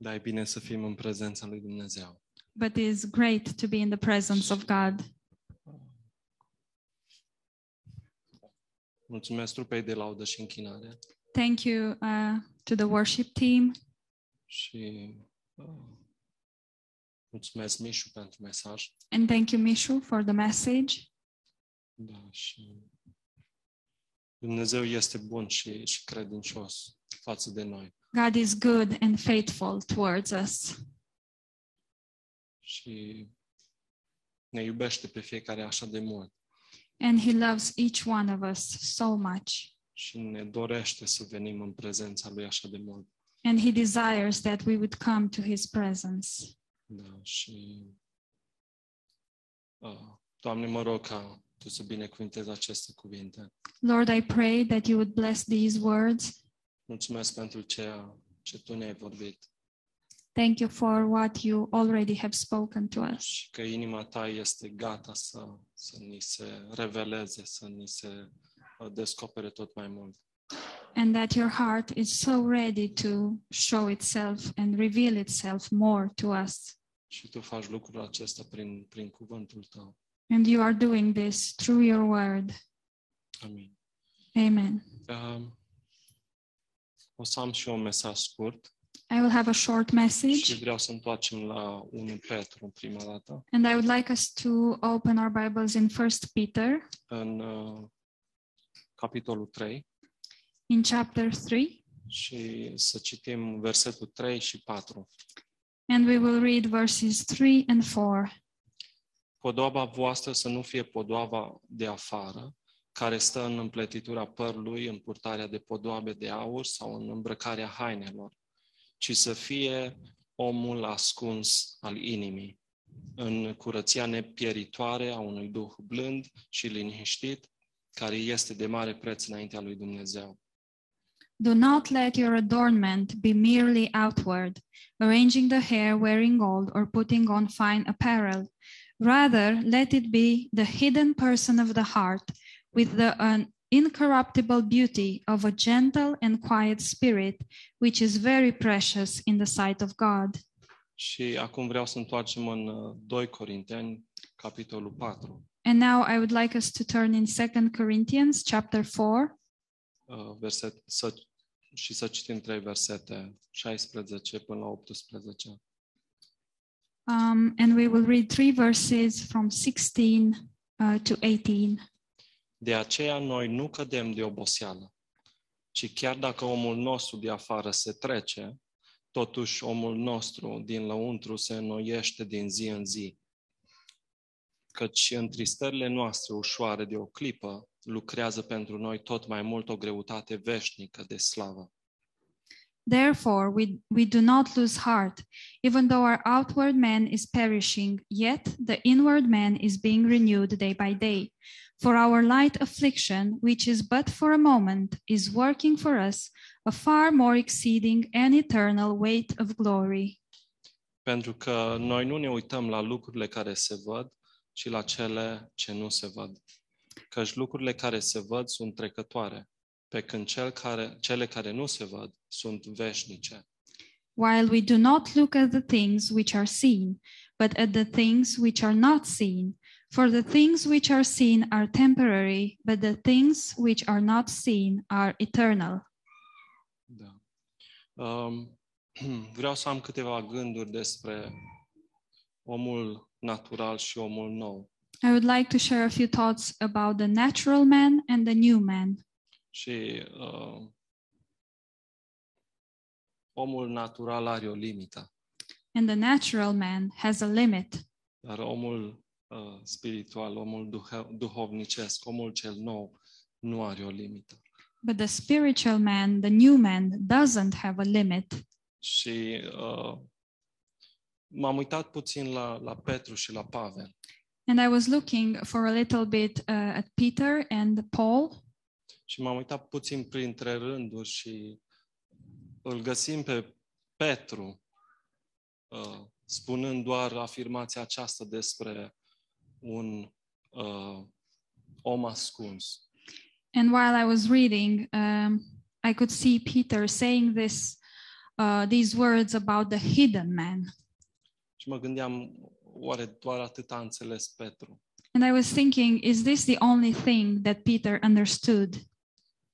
Dar e bine să fim în prezența lui Dumnezeu. but it is great to be in the presence of God. Mulțumesc trupei de laudă și închinare Thank you uh, to the worship team. și uh, mulțumesc Mișu pentru mesaj. And thank you, Mishu, for the message. Da, și Dumnezeu este bun și, și credincios față de noi. God is good and faithful towards us. și ne iubește pe fiecare așa de mult And He loves each one of us so much. și ne dorește să venim în prezența lui așa de mult. And He desires that we would come to His presence. Da, și uh, Doamne, mă rog ca Tu să binecuvintezi aceste cuvinte. Lord, I pray that you would bless these words. Mulțumesc pentru ceea ce Tu ne-ai vorbit Thank you for what you already have spoken to us. și că inima Ta este gata să, să ni se reveleze, să ni se uh, descopere tot mai mult. and that your heart is so ready to show itself and reveal itself more to us. Și Tu faci lucrul acesta prin, prin cuvântul Tău. And you are doing this through your word. Amin. Amen. Um, o să am și eu un mesaj scurt I will have a short și message, vreau să întoarcem la 1 Petru în prima dată, and I would like us to open our Bibles in First Peter în uh, capitolul 3 in chapter 3, și să citim versetul 3 și 4. and we will read verses 3 and 4. Podoaba voastră să nu fie podoaba de afară, care stă în împletitura părului, în purtarea de podoabe de aur sau în îmbrăcarea hainelor, ci să fie omul ascuns al inimii, în curăția nepieritoare a unui duh blând și liniștit, care este de mare preț înaintea lui Dumnezeu. Do not let your adornment be merely outward, arranging the hair, wearing gold, or putting on fine apparel. Rather, let it be the hidden person of the heart, with the un- incorruptible beauty of a gentle and quiet spirit, which is very precious in the sight of God. Și acum vreau să întoarcem în uh, 2 Corinteni, capitolul 4, And now I would like us to turn in 2 Corinthians chapter 4 uh, verset, să, și să citim trei versete, 16 până la 18. um, and we will read three verses from 16 uh, to 18. De aceea noi nu cădem de oboseală, ci chiar dacă omul nostru de afară se trece, totuși omul nostru din lăuntru se înnoiește din zi în zi. Căci întristările noastre ușoare de o clipă lucrează pentru noi tot mai mult o greutate veșnică de slavă. Therefore, we, we do not lose heart. Even though our outward man is perishing, yet the inward man is being renewed day by day. For our light affliction, which is but for a moment, is working for us a far more exceeding and eternal weight of glory. pentru că noi nu ne uităm la lucrurile care se văd, ci la cele ce nu se văd. Căci lucrurile care se văd sunt trecătoare, pe când cel care, cele care nu se văd sunt veșnice. While we do not look at the things which are seen, but at the things which are not seen. For the things which are seen are temporary, but the things which are not seen are eternal. Da. Um, vreau să am câteva gânduri despre omul natural și omul nou. I would like to share a few thoughts about the natural man and the new man. Și uh, omul natural are o limită, And the natural man has a limit, Dar omul uh, spiritual, omul duhe- duhovnicesc, omul cel nou, nu are o limită. but the spiritual man, the new man, doesn't have a limit. Și uh, m-am uitat puțin la, la Petru și la Pavel And I was looking for a little bit uh, at Peter and Paul, și m-am uitat puțin printre rânduri și îl găsim pe Petru uh, spunând doar afirmația aceasta despre un uh, om ascuns. and while I was reading, um, I could see Peter saying this uh, these words about the hidden man. Și mă gândeam, oare doar atât a înțeles Petru? And I was thinking, is this the only thing that Peter understood?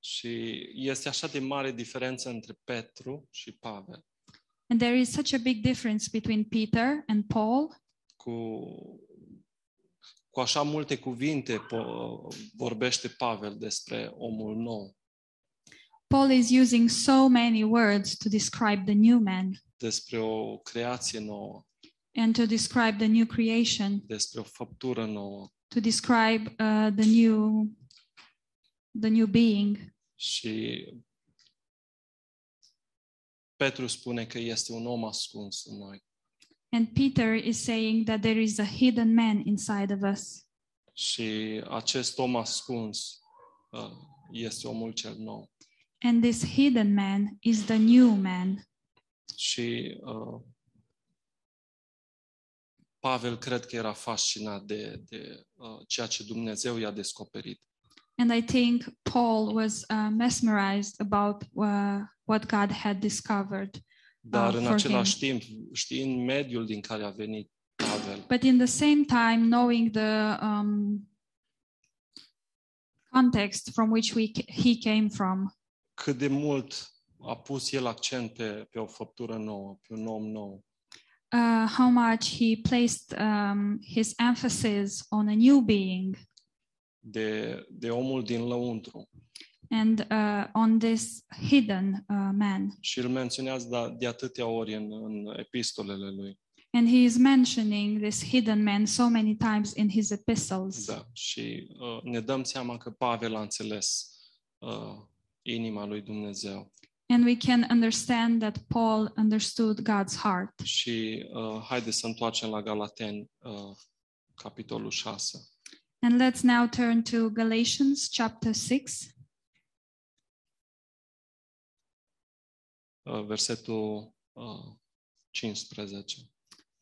Și este așa de mare diferență între Petru și Pavel, And there is such a big difference between Peter and Paul. cu, cu așa multe cuvinte po- vorbește Pavel despre omul nou. Paul is using so many words to describe the new man despre o creație nouă, and to describe the new creation, despre o făptură nouă to describe uh, the new the new being. și Petru spune că este un om ascuns în noi And Peter is saying that there is a hidden man inside of us. și acest om ascuns uh, este omul cel nou And this hidden man is the new man. și uh, Pavel cred că era fascinat de, de uh, ceea ce Dumnezeu i-a descoperit And I think Paul was uh, mesmerized about uh, what God had discovered. dar Ah, în for același timp știind mediul din care a venit Pavel But in the same time, knowing the um, context from which we, ca- he came from, cât de mult a pus el accent pe, pe o făptură nouă, pe un om nou. uh, how much he placed um, his emphasis on a new being De, de omul din lăuntru. and uh, on this hidden uh, man. Și îl menționează da- de atâtea ori în, în epistolele lui. And he is mentioning this hidden man so many times in his epistles. Da. Și uh, ne dăm seama că Pavel a înțeles uh, inima lui Dumnezeu. And we can understand that Paul understood God's heart. Și uh, haideți să întoarcem la Galaten, uh, capitolul 6. And let's now turn to Galatians chapter 6, Uh, versetul uh, 15.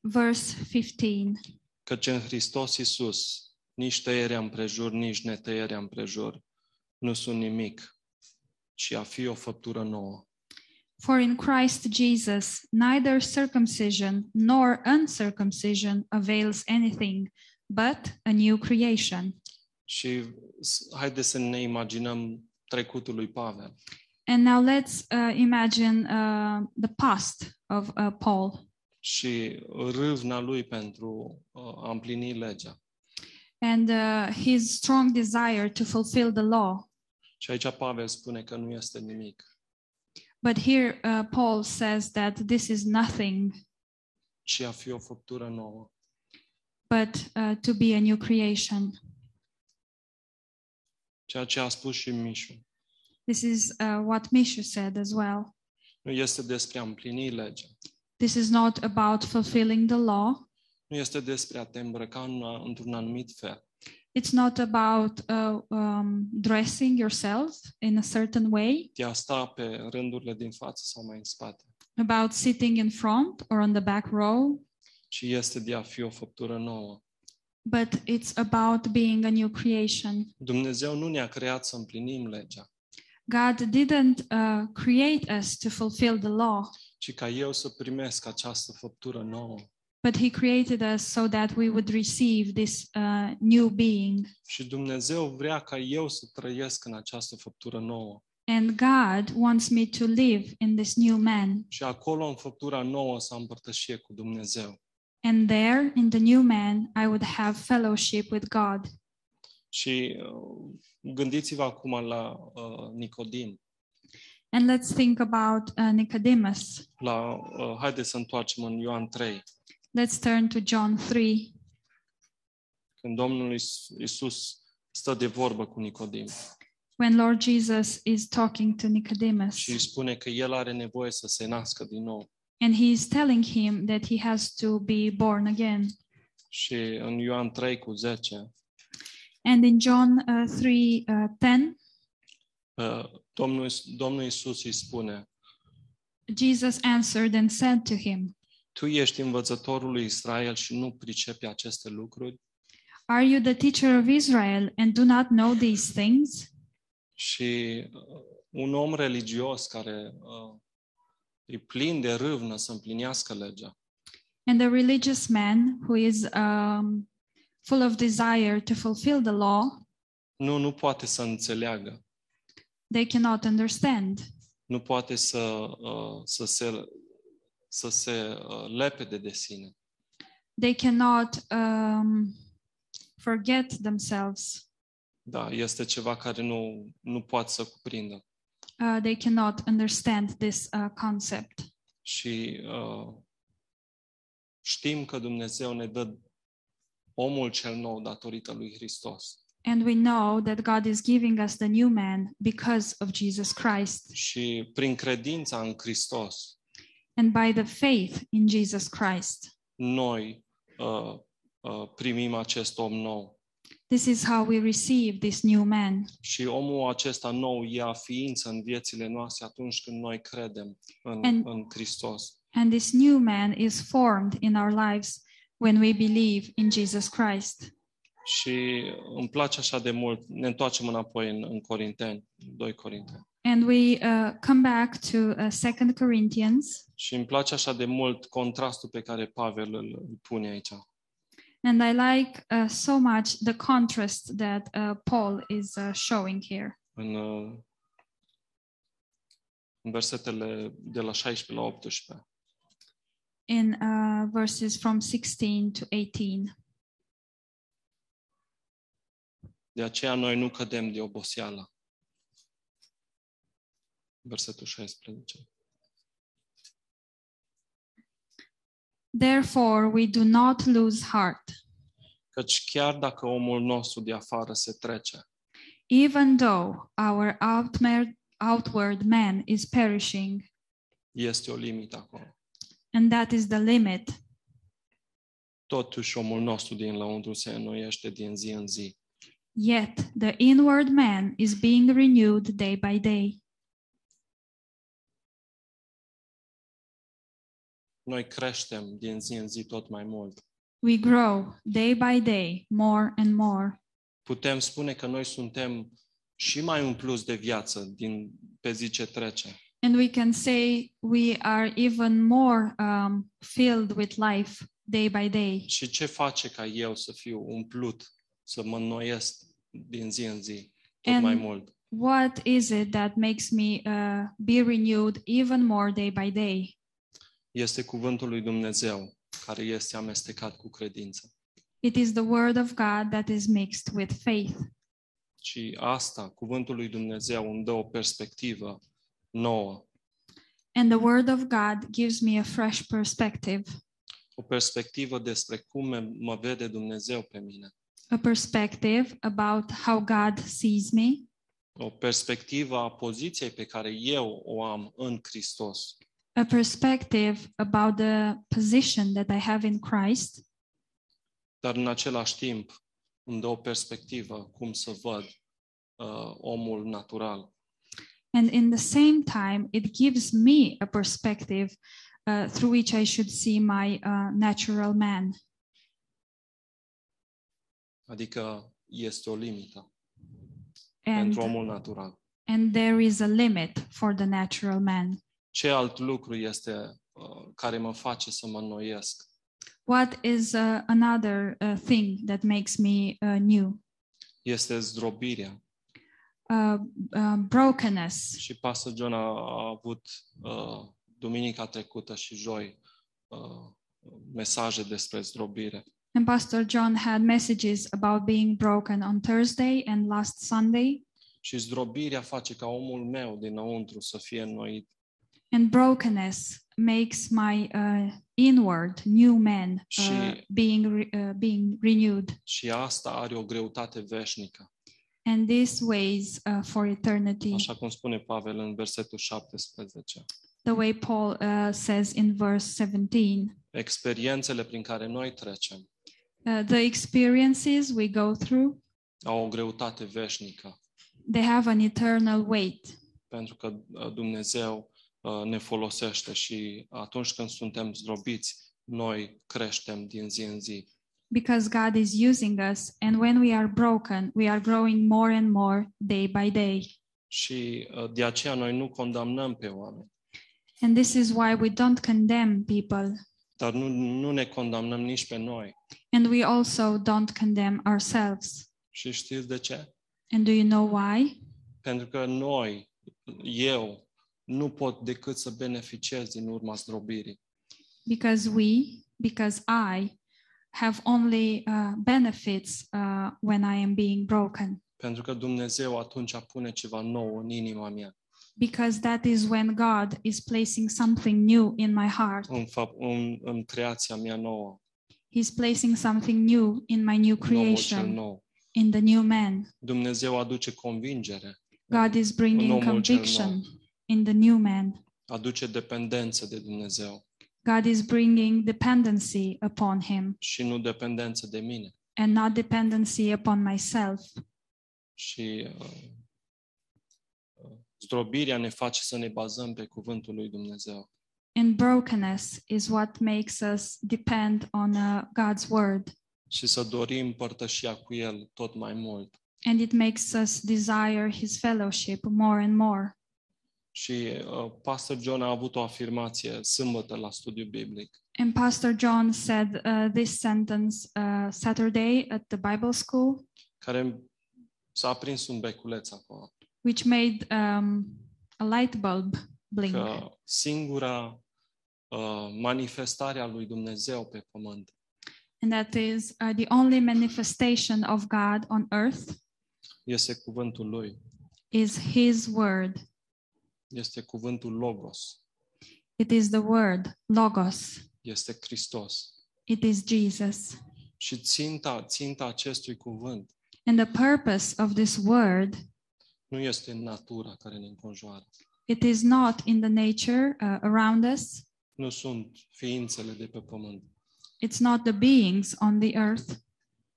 verse 15. căci în Hristos Iisus nici tăierea împrejur, nici netăierea împrejur nu sunt nimic, ci a fi o făptură nouă. For in Christ Jesus, neither circumcision nor uncircumcision avails anything, but a new creation. Și s- haideți să ne imaginăm trecutul lui Pavel. And now let's uh, imagine uh, the past of uh, Paul Și râvna lui pentru uh, a împlini legea. and uh, his strong desire to fulfill the law. Și aici Pavel spune că nu este nimic, But here uh, Paul says that this is nothing ci a fi o făptură nouă. but uh, to be a new creation. Ceea ce a spus și Mișu. This is uh, what Mishu said as well. Nu este despre a împlini legea. This is not about fulfilling the law. Nu este despre a te îmbrăca în- într-un anumit fel. It's not about uh, um, dressing yourself in a certain way, de a sta pe rândurile din față sau mai în spate, about sitting in front or on the back row, ci este de a fi o făptură nouă. but it's about being a new creation. Dumnezeu nu ne-a creat să împlinim legea, God didn't uh, create us to fulfill the law, ci ca eu să primesc această făptură nouă. but He created us so that we would receive this uh, new being. Și Dumnezeu vrea ca eu să trăiesc în această făptură nouă. And God wants me to live in this new man. Și acolo, în făptura nouă, să am împărtășie cu Dumnezeu. And there, in the new man, I would have fellowship with God. Și uh, gândiți-vă acum la uh, Nicodim. And let's think about uh, Nicodemus. La, uh, haideți să întoarcem în Ioan 3, Let's turn to John 3 când Domnul Is- Isus stă de vorbă cu Nicodim. when Lord Jesus is talking to și îi Nicodemus spune că el are nevoie să se nască din nou. and he is telling him that he has to be born again. Și în Ioan 3 cu 10, And in John uh, 3 uh, 10, uh, Domnul, Domnul Isus îi spune, Jesus answered and said to him, Tu ești învățătorul lui Israel și nu pricepi aceste lucruri? Are you the teacher of Israel and do not know these things? Și uh, un om religios care uh, e plin de râvnă să împlinească legea. And the religious man who is um, full of desire to fulfill the law, Nu, nu poate să înțeleagă, they cannot understand. nu poate să, uh, să se, să se uh, lepede de sine, They cannot um, forget themselves. da, este ceva care nu, nu poate să cuprindă. Uh, they cannot understand this uh, concept. Și uh, știm că Dumnezeu ne dă omul cel nou datorită lui Hristos. And we know that God is giving us the new man because of Jesus Christ Și prin credința în Hristos, and by the faith in Jesus Christ. noi uh, uh, primim acest om nou. This is how we receive this new man. Și omul acesta nou ia ființă în viețile noastre atunci când noi credem în, And- în Hristos. And this new man is formed in our lives when we believe in Jesus Christ. Și îmi place așa de mult, ne întoarcem înapoi în, în Corinteni, 2 Corinteni. And we uh, come back to uh, 2 Corinthians, Și îmi place așa de mult contrastul pe care Pavel îl, îl pune aici. and I like uh, so much the contrast that uh, Paul is uh, showing here. în, uh, în versetele de la 16 la 18. in uh, verses from 16 to 18. De aceea noi nu cădem de oboseală. Versetul 16. Therefore, we do not lose heart, Căci chiar dacă omul nostru de afară se trece, even though our outmer- outward man is perishing, este o limită acolo. and that is the limit. Totuși omul nostru din lăuntru se înnoiește din zi în zi. Yet the inward man is being renewed day by day. Noi creștem din zi în zi tot mai mult. We grow day by day more and more. Putem spune că noi suntem și mai un plus de viață din pe zi ce trece. And we can say we are even more um, filled with life day by day. Și ce face ca eu să fiu umplut, să mă înnoiesc din zi în zi, tot And- mai mult? what is it that makes me uh, be renewed even more day by day? Este cuvântul lui Dumnezeu care este amestecat cu credință. It is the word of God that is mixed with faith. Și asta, cuvântul lui Dumnezeu îmi dă o perspectivă nouă, And the word of God gives me a fresh perspective, o perspectivă despre cum me- mă vede Dumnezeu pe mine, a perspective about how God sees me, o perspectivă a poziției pe care eu o am în Hristos. a perspective about the position that I have in Christ, Dar în același timp îmi dă o perspectivă cum să văd uh, omul natural, And in the same time, it gives me a perspective uh, through which I should see my uh, natural man. Adică este o limită And, pentru omul natural. and there is a limit for the natural man. Ce alt lucru este uh, care mă face să mă înnoiesc? What is uh, another uh, thing that makes me uh, new? Este zdrobirea. Uh, uh, brokenness. Și Pastor John a, a avut uh, duminica trecută și joi uh, mesaje despre zdrobire. And Pastor John had messages about being broken on Thursday and last Sunday. Și zdrobirea face ca omul meu dinăuntru să fie înnoit And brokenness makes my uh, inward new man uh, Și- being re- uh, being renewed. și asta are o greutate veșnică, and this weighs uh, for eternity așa cum spune Pavel în versetul 17. the way paul uh, says in verse 17 Experiențele prin care noi trecem Uh, the experiences we go through au o greutate veșnică. they have an eternal weight pentru că uh, Dumnezeu uh, ne folosește și atunci când suntem zdrobiți, noi creștem din zi în zi. because god is using us and when we are broken we are growing more and more day by day Și uh, de aceea noi nu condamnăm pe oameni, And this is why we don't condemn people, Dar nu, nu ne condamnăm nici pe noi. and we also don't condemn ourselves. Și știți de ce? And do you know why? Pentru că noi, eu, nu pot decât să beneficiez din urma zdrobirii. Because we, because I, have only uh, benefits uh, when I am being broken. Pentru că Dumnezeu atunci pune ceva nou în inima mea, Because that is when God is placing something new in my heart. în, fapt, în, în creația mea nouă, He's placing something new in my new în omul cel creation, nou. in the new man. Dumnezeu aduce convingere, God is bringing omul cel nou. conviction in the new man. aduce dependență de Dumnezeu God is bringing dependency upon him și nu dependență de mine. and not dependency upon myself. Și uh, uh, zdrobirea ne face să ne bazăm pe cuvântul lui Dumnezeu. And brokenness is what makes us depend on uh, God's word. și să dorim părtășia cu El tot mai mult. And it makes us desire his fellowship more and more. Și uh, Pastor John a avut o afirmație sâmbătă la studiu biblic And Pastor John said uh, this sentence uh, Saturday at the Bible school, care s-a aprins un beculeț acolo, which made um, a light bulb blink. că singura uh, manifestare a lui Dumnezeu pe pământ And that is uh, the only manifestation of God on earth este cuvântul Lui, is his word. este cuvântul Logos, It is the word, Logos. este Hristos. It is Jesus. Și ținta, ținta acestui cuvânt And the purpose of this word, nu este în natura care ne înconjoară. it is not in the nature uh, around us, Nu sunt ființele de pe pământ. it's not the beings on the earth,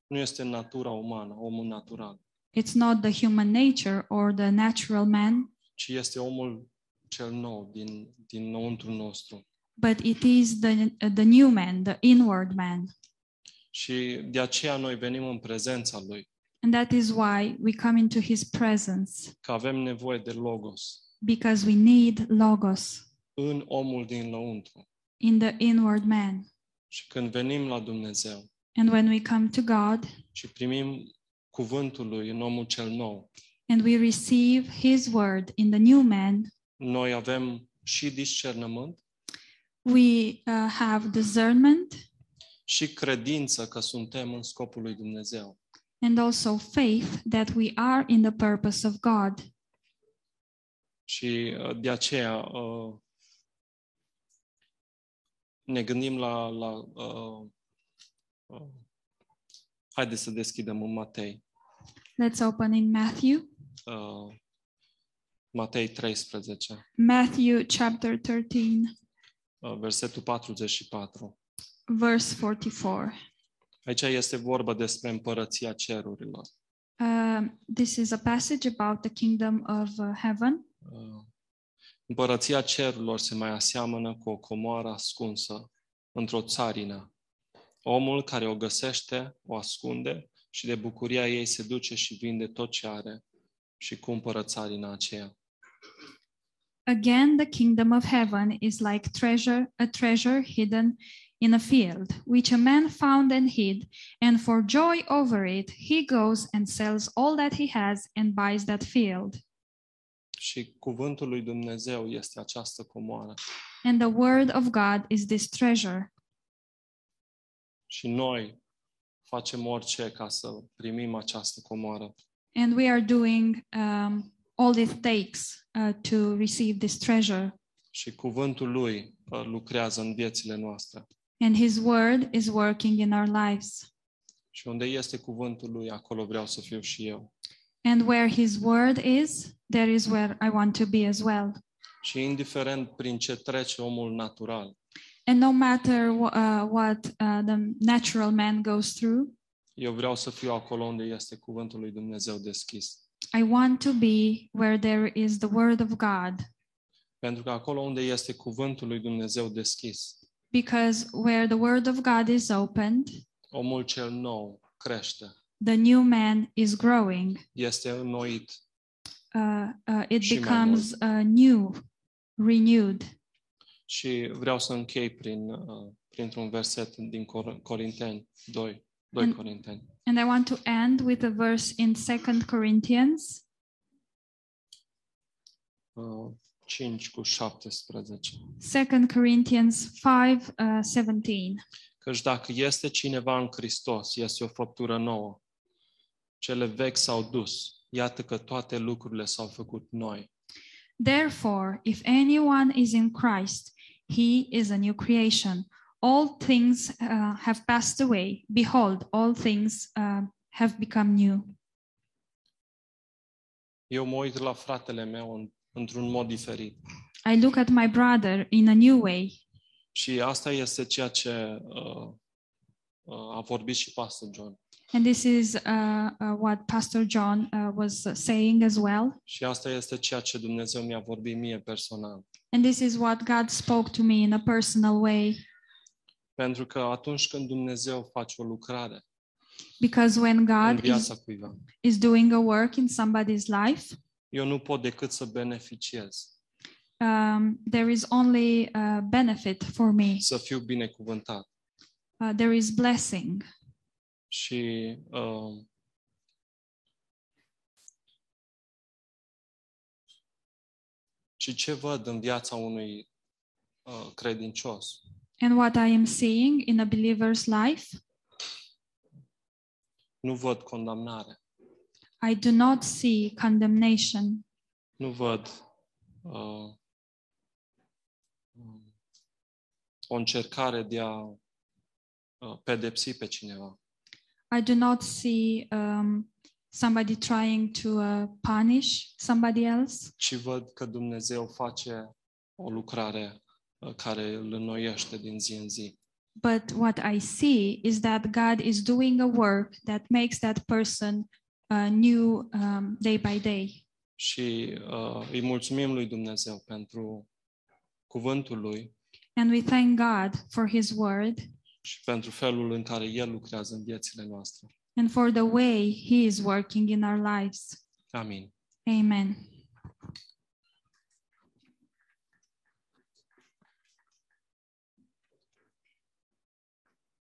Nu este în natura umană, omul natural. it's not the human nature or the natural man, ci este omul cel nou din, dinăuntru nostru. but it is the, uh, the new man, the inward man. Și de aceea noi venim în prezența lui, And that is why we come into his presence, că avem nevoie de logos because we need Logos în omul dinăuntru. in the inward man. Și când venim la Dumnezeu And when we come to God și primim cuvântul lui în omul cel nou, and we receive his word in the new man, noi avem și discernământ we uh, have discernment și credință că suntem în scopul lui Dumnezeu. and also faith that we are in the purpose of God. Și uh, de aceea uh, ne gândim la. la uh, uh, haideți să deschidem în Matei, Let's open in Matthew, uh, Matei 13, Matthew chapter 13, uh, versetul 44. verse 44. Aici este vorba despre împărăția cerurilor. Um, this is a passage about the kingdom of uh, heaven. Uh, împărăția cerurilor se mai aseamănă cu o comoară ascunsă într-o țarină. Omul care o găsește, o ascunde și de bucuria ei se duce și vinde tot ce are și cumpără țarina aceea. Again, the kingdom of heaven is like treasure, a treasure hidden in a field, which a man found and hid, and for joy over it, he goes and sells all that he has and buys that field. Și cuvântul lui Dumnezeu este această comoară. And the word of God is this treasure. Și noi facem orice ca să primim această comoară. And we are doing um, all it takes uh, to receive this treasure. Și cuvântul lui uh, lucrează în viețile noastre. And his word is working in our lives. Și unde este cuvântul lui, acolo vreau să fiu și eu. And where his word is, there is where I want to be as well. Și indiferent prin ce trece omul natural, And no matter wh- uh, what uh, the natural man goes through, eu vreau să fiu acolo unde este cuvântul lui Dumnezeu deschis. I want to be where there is the word of God. Pentru că acolo unde este cuvântul lui Dumnezeu deschis, Because where the word of God is opened, omul cel nou crește, the new man is growing. este înnoit uh, uh, it Și mai becomes uh, new, renewed, Și vreau să închei prin, uh, printr-un verset din Cor- Corinteni 2, 2 În- Corinteni. And I want to end with a verse in 2 Corinthians uh, 5 cu 17. 2 Corinthians 5 uh, 17. Căci dacă este cineva în Hristos, este o făptură nouă. Cele vechi s-au dus. Iată că toate lucrurile s-au făcut noi. Therefore, if anyone is in Christ, he is a new creation. All things uh, have passed away. Behold, all things uh, have become new. Eu mă uit la fratele meu în, într-un mod diferit. I look at my brother in a new way. Și asta este ceea ce uh, uh, a vorbit și Pastor John. And this is uh, uh, what Pastor John uh, was saying as well. Și asta este ceea ce Dumnezeu mi-a vorbit mie personal. And this is what God spoke to me in a personal way. Pentru că atunci când Dumnezeu face o lucrare Because when în God is, viața cuiva, is doing a work in somebody's life, eu nu pot decât să beneficiez. um, there is only uh, benefit for me. să fiu binecuvântat. Uh, there is blessing. Și uh, și ce văd în viața unui uh, credincios? And what I am seeing in a believer's life, Nu văd condamnare, I do not see condemnation. nu văd uh, um, o încercare de a uh, pedepsi pe cineva. I do not see um, somebody trying to uh, punish somebody else. ci văd că Dumnezeu face o lucrare uh, care îl înnoiește din zi în zi. But what I see is that God is doing a work that makes that person uh, new um, day by day. și uh, îi mulțumim lui Dumnezeu pentru cuvântul lui And we thank God for His word și pentru felul în care el lucrează în viețile noastre. and for the way He is working in our lives. Amin. Amen.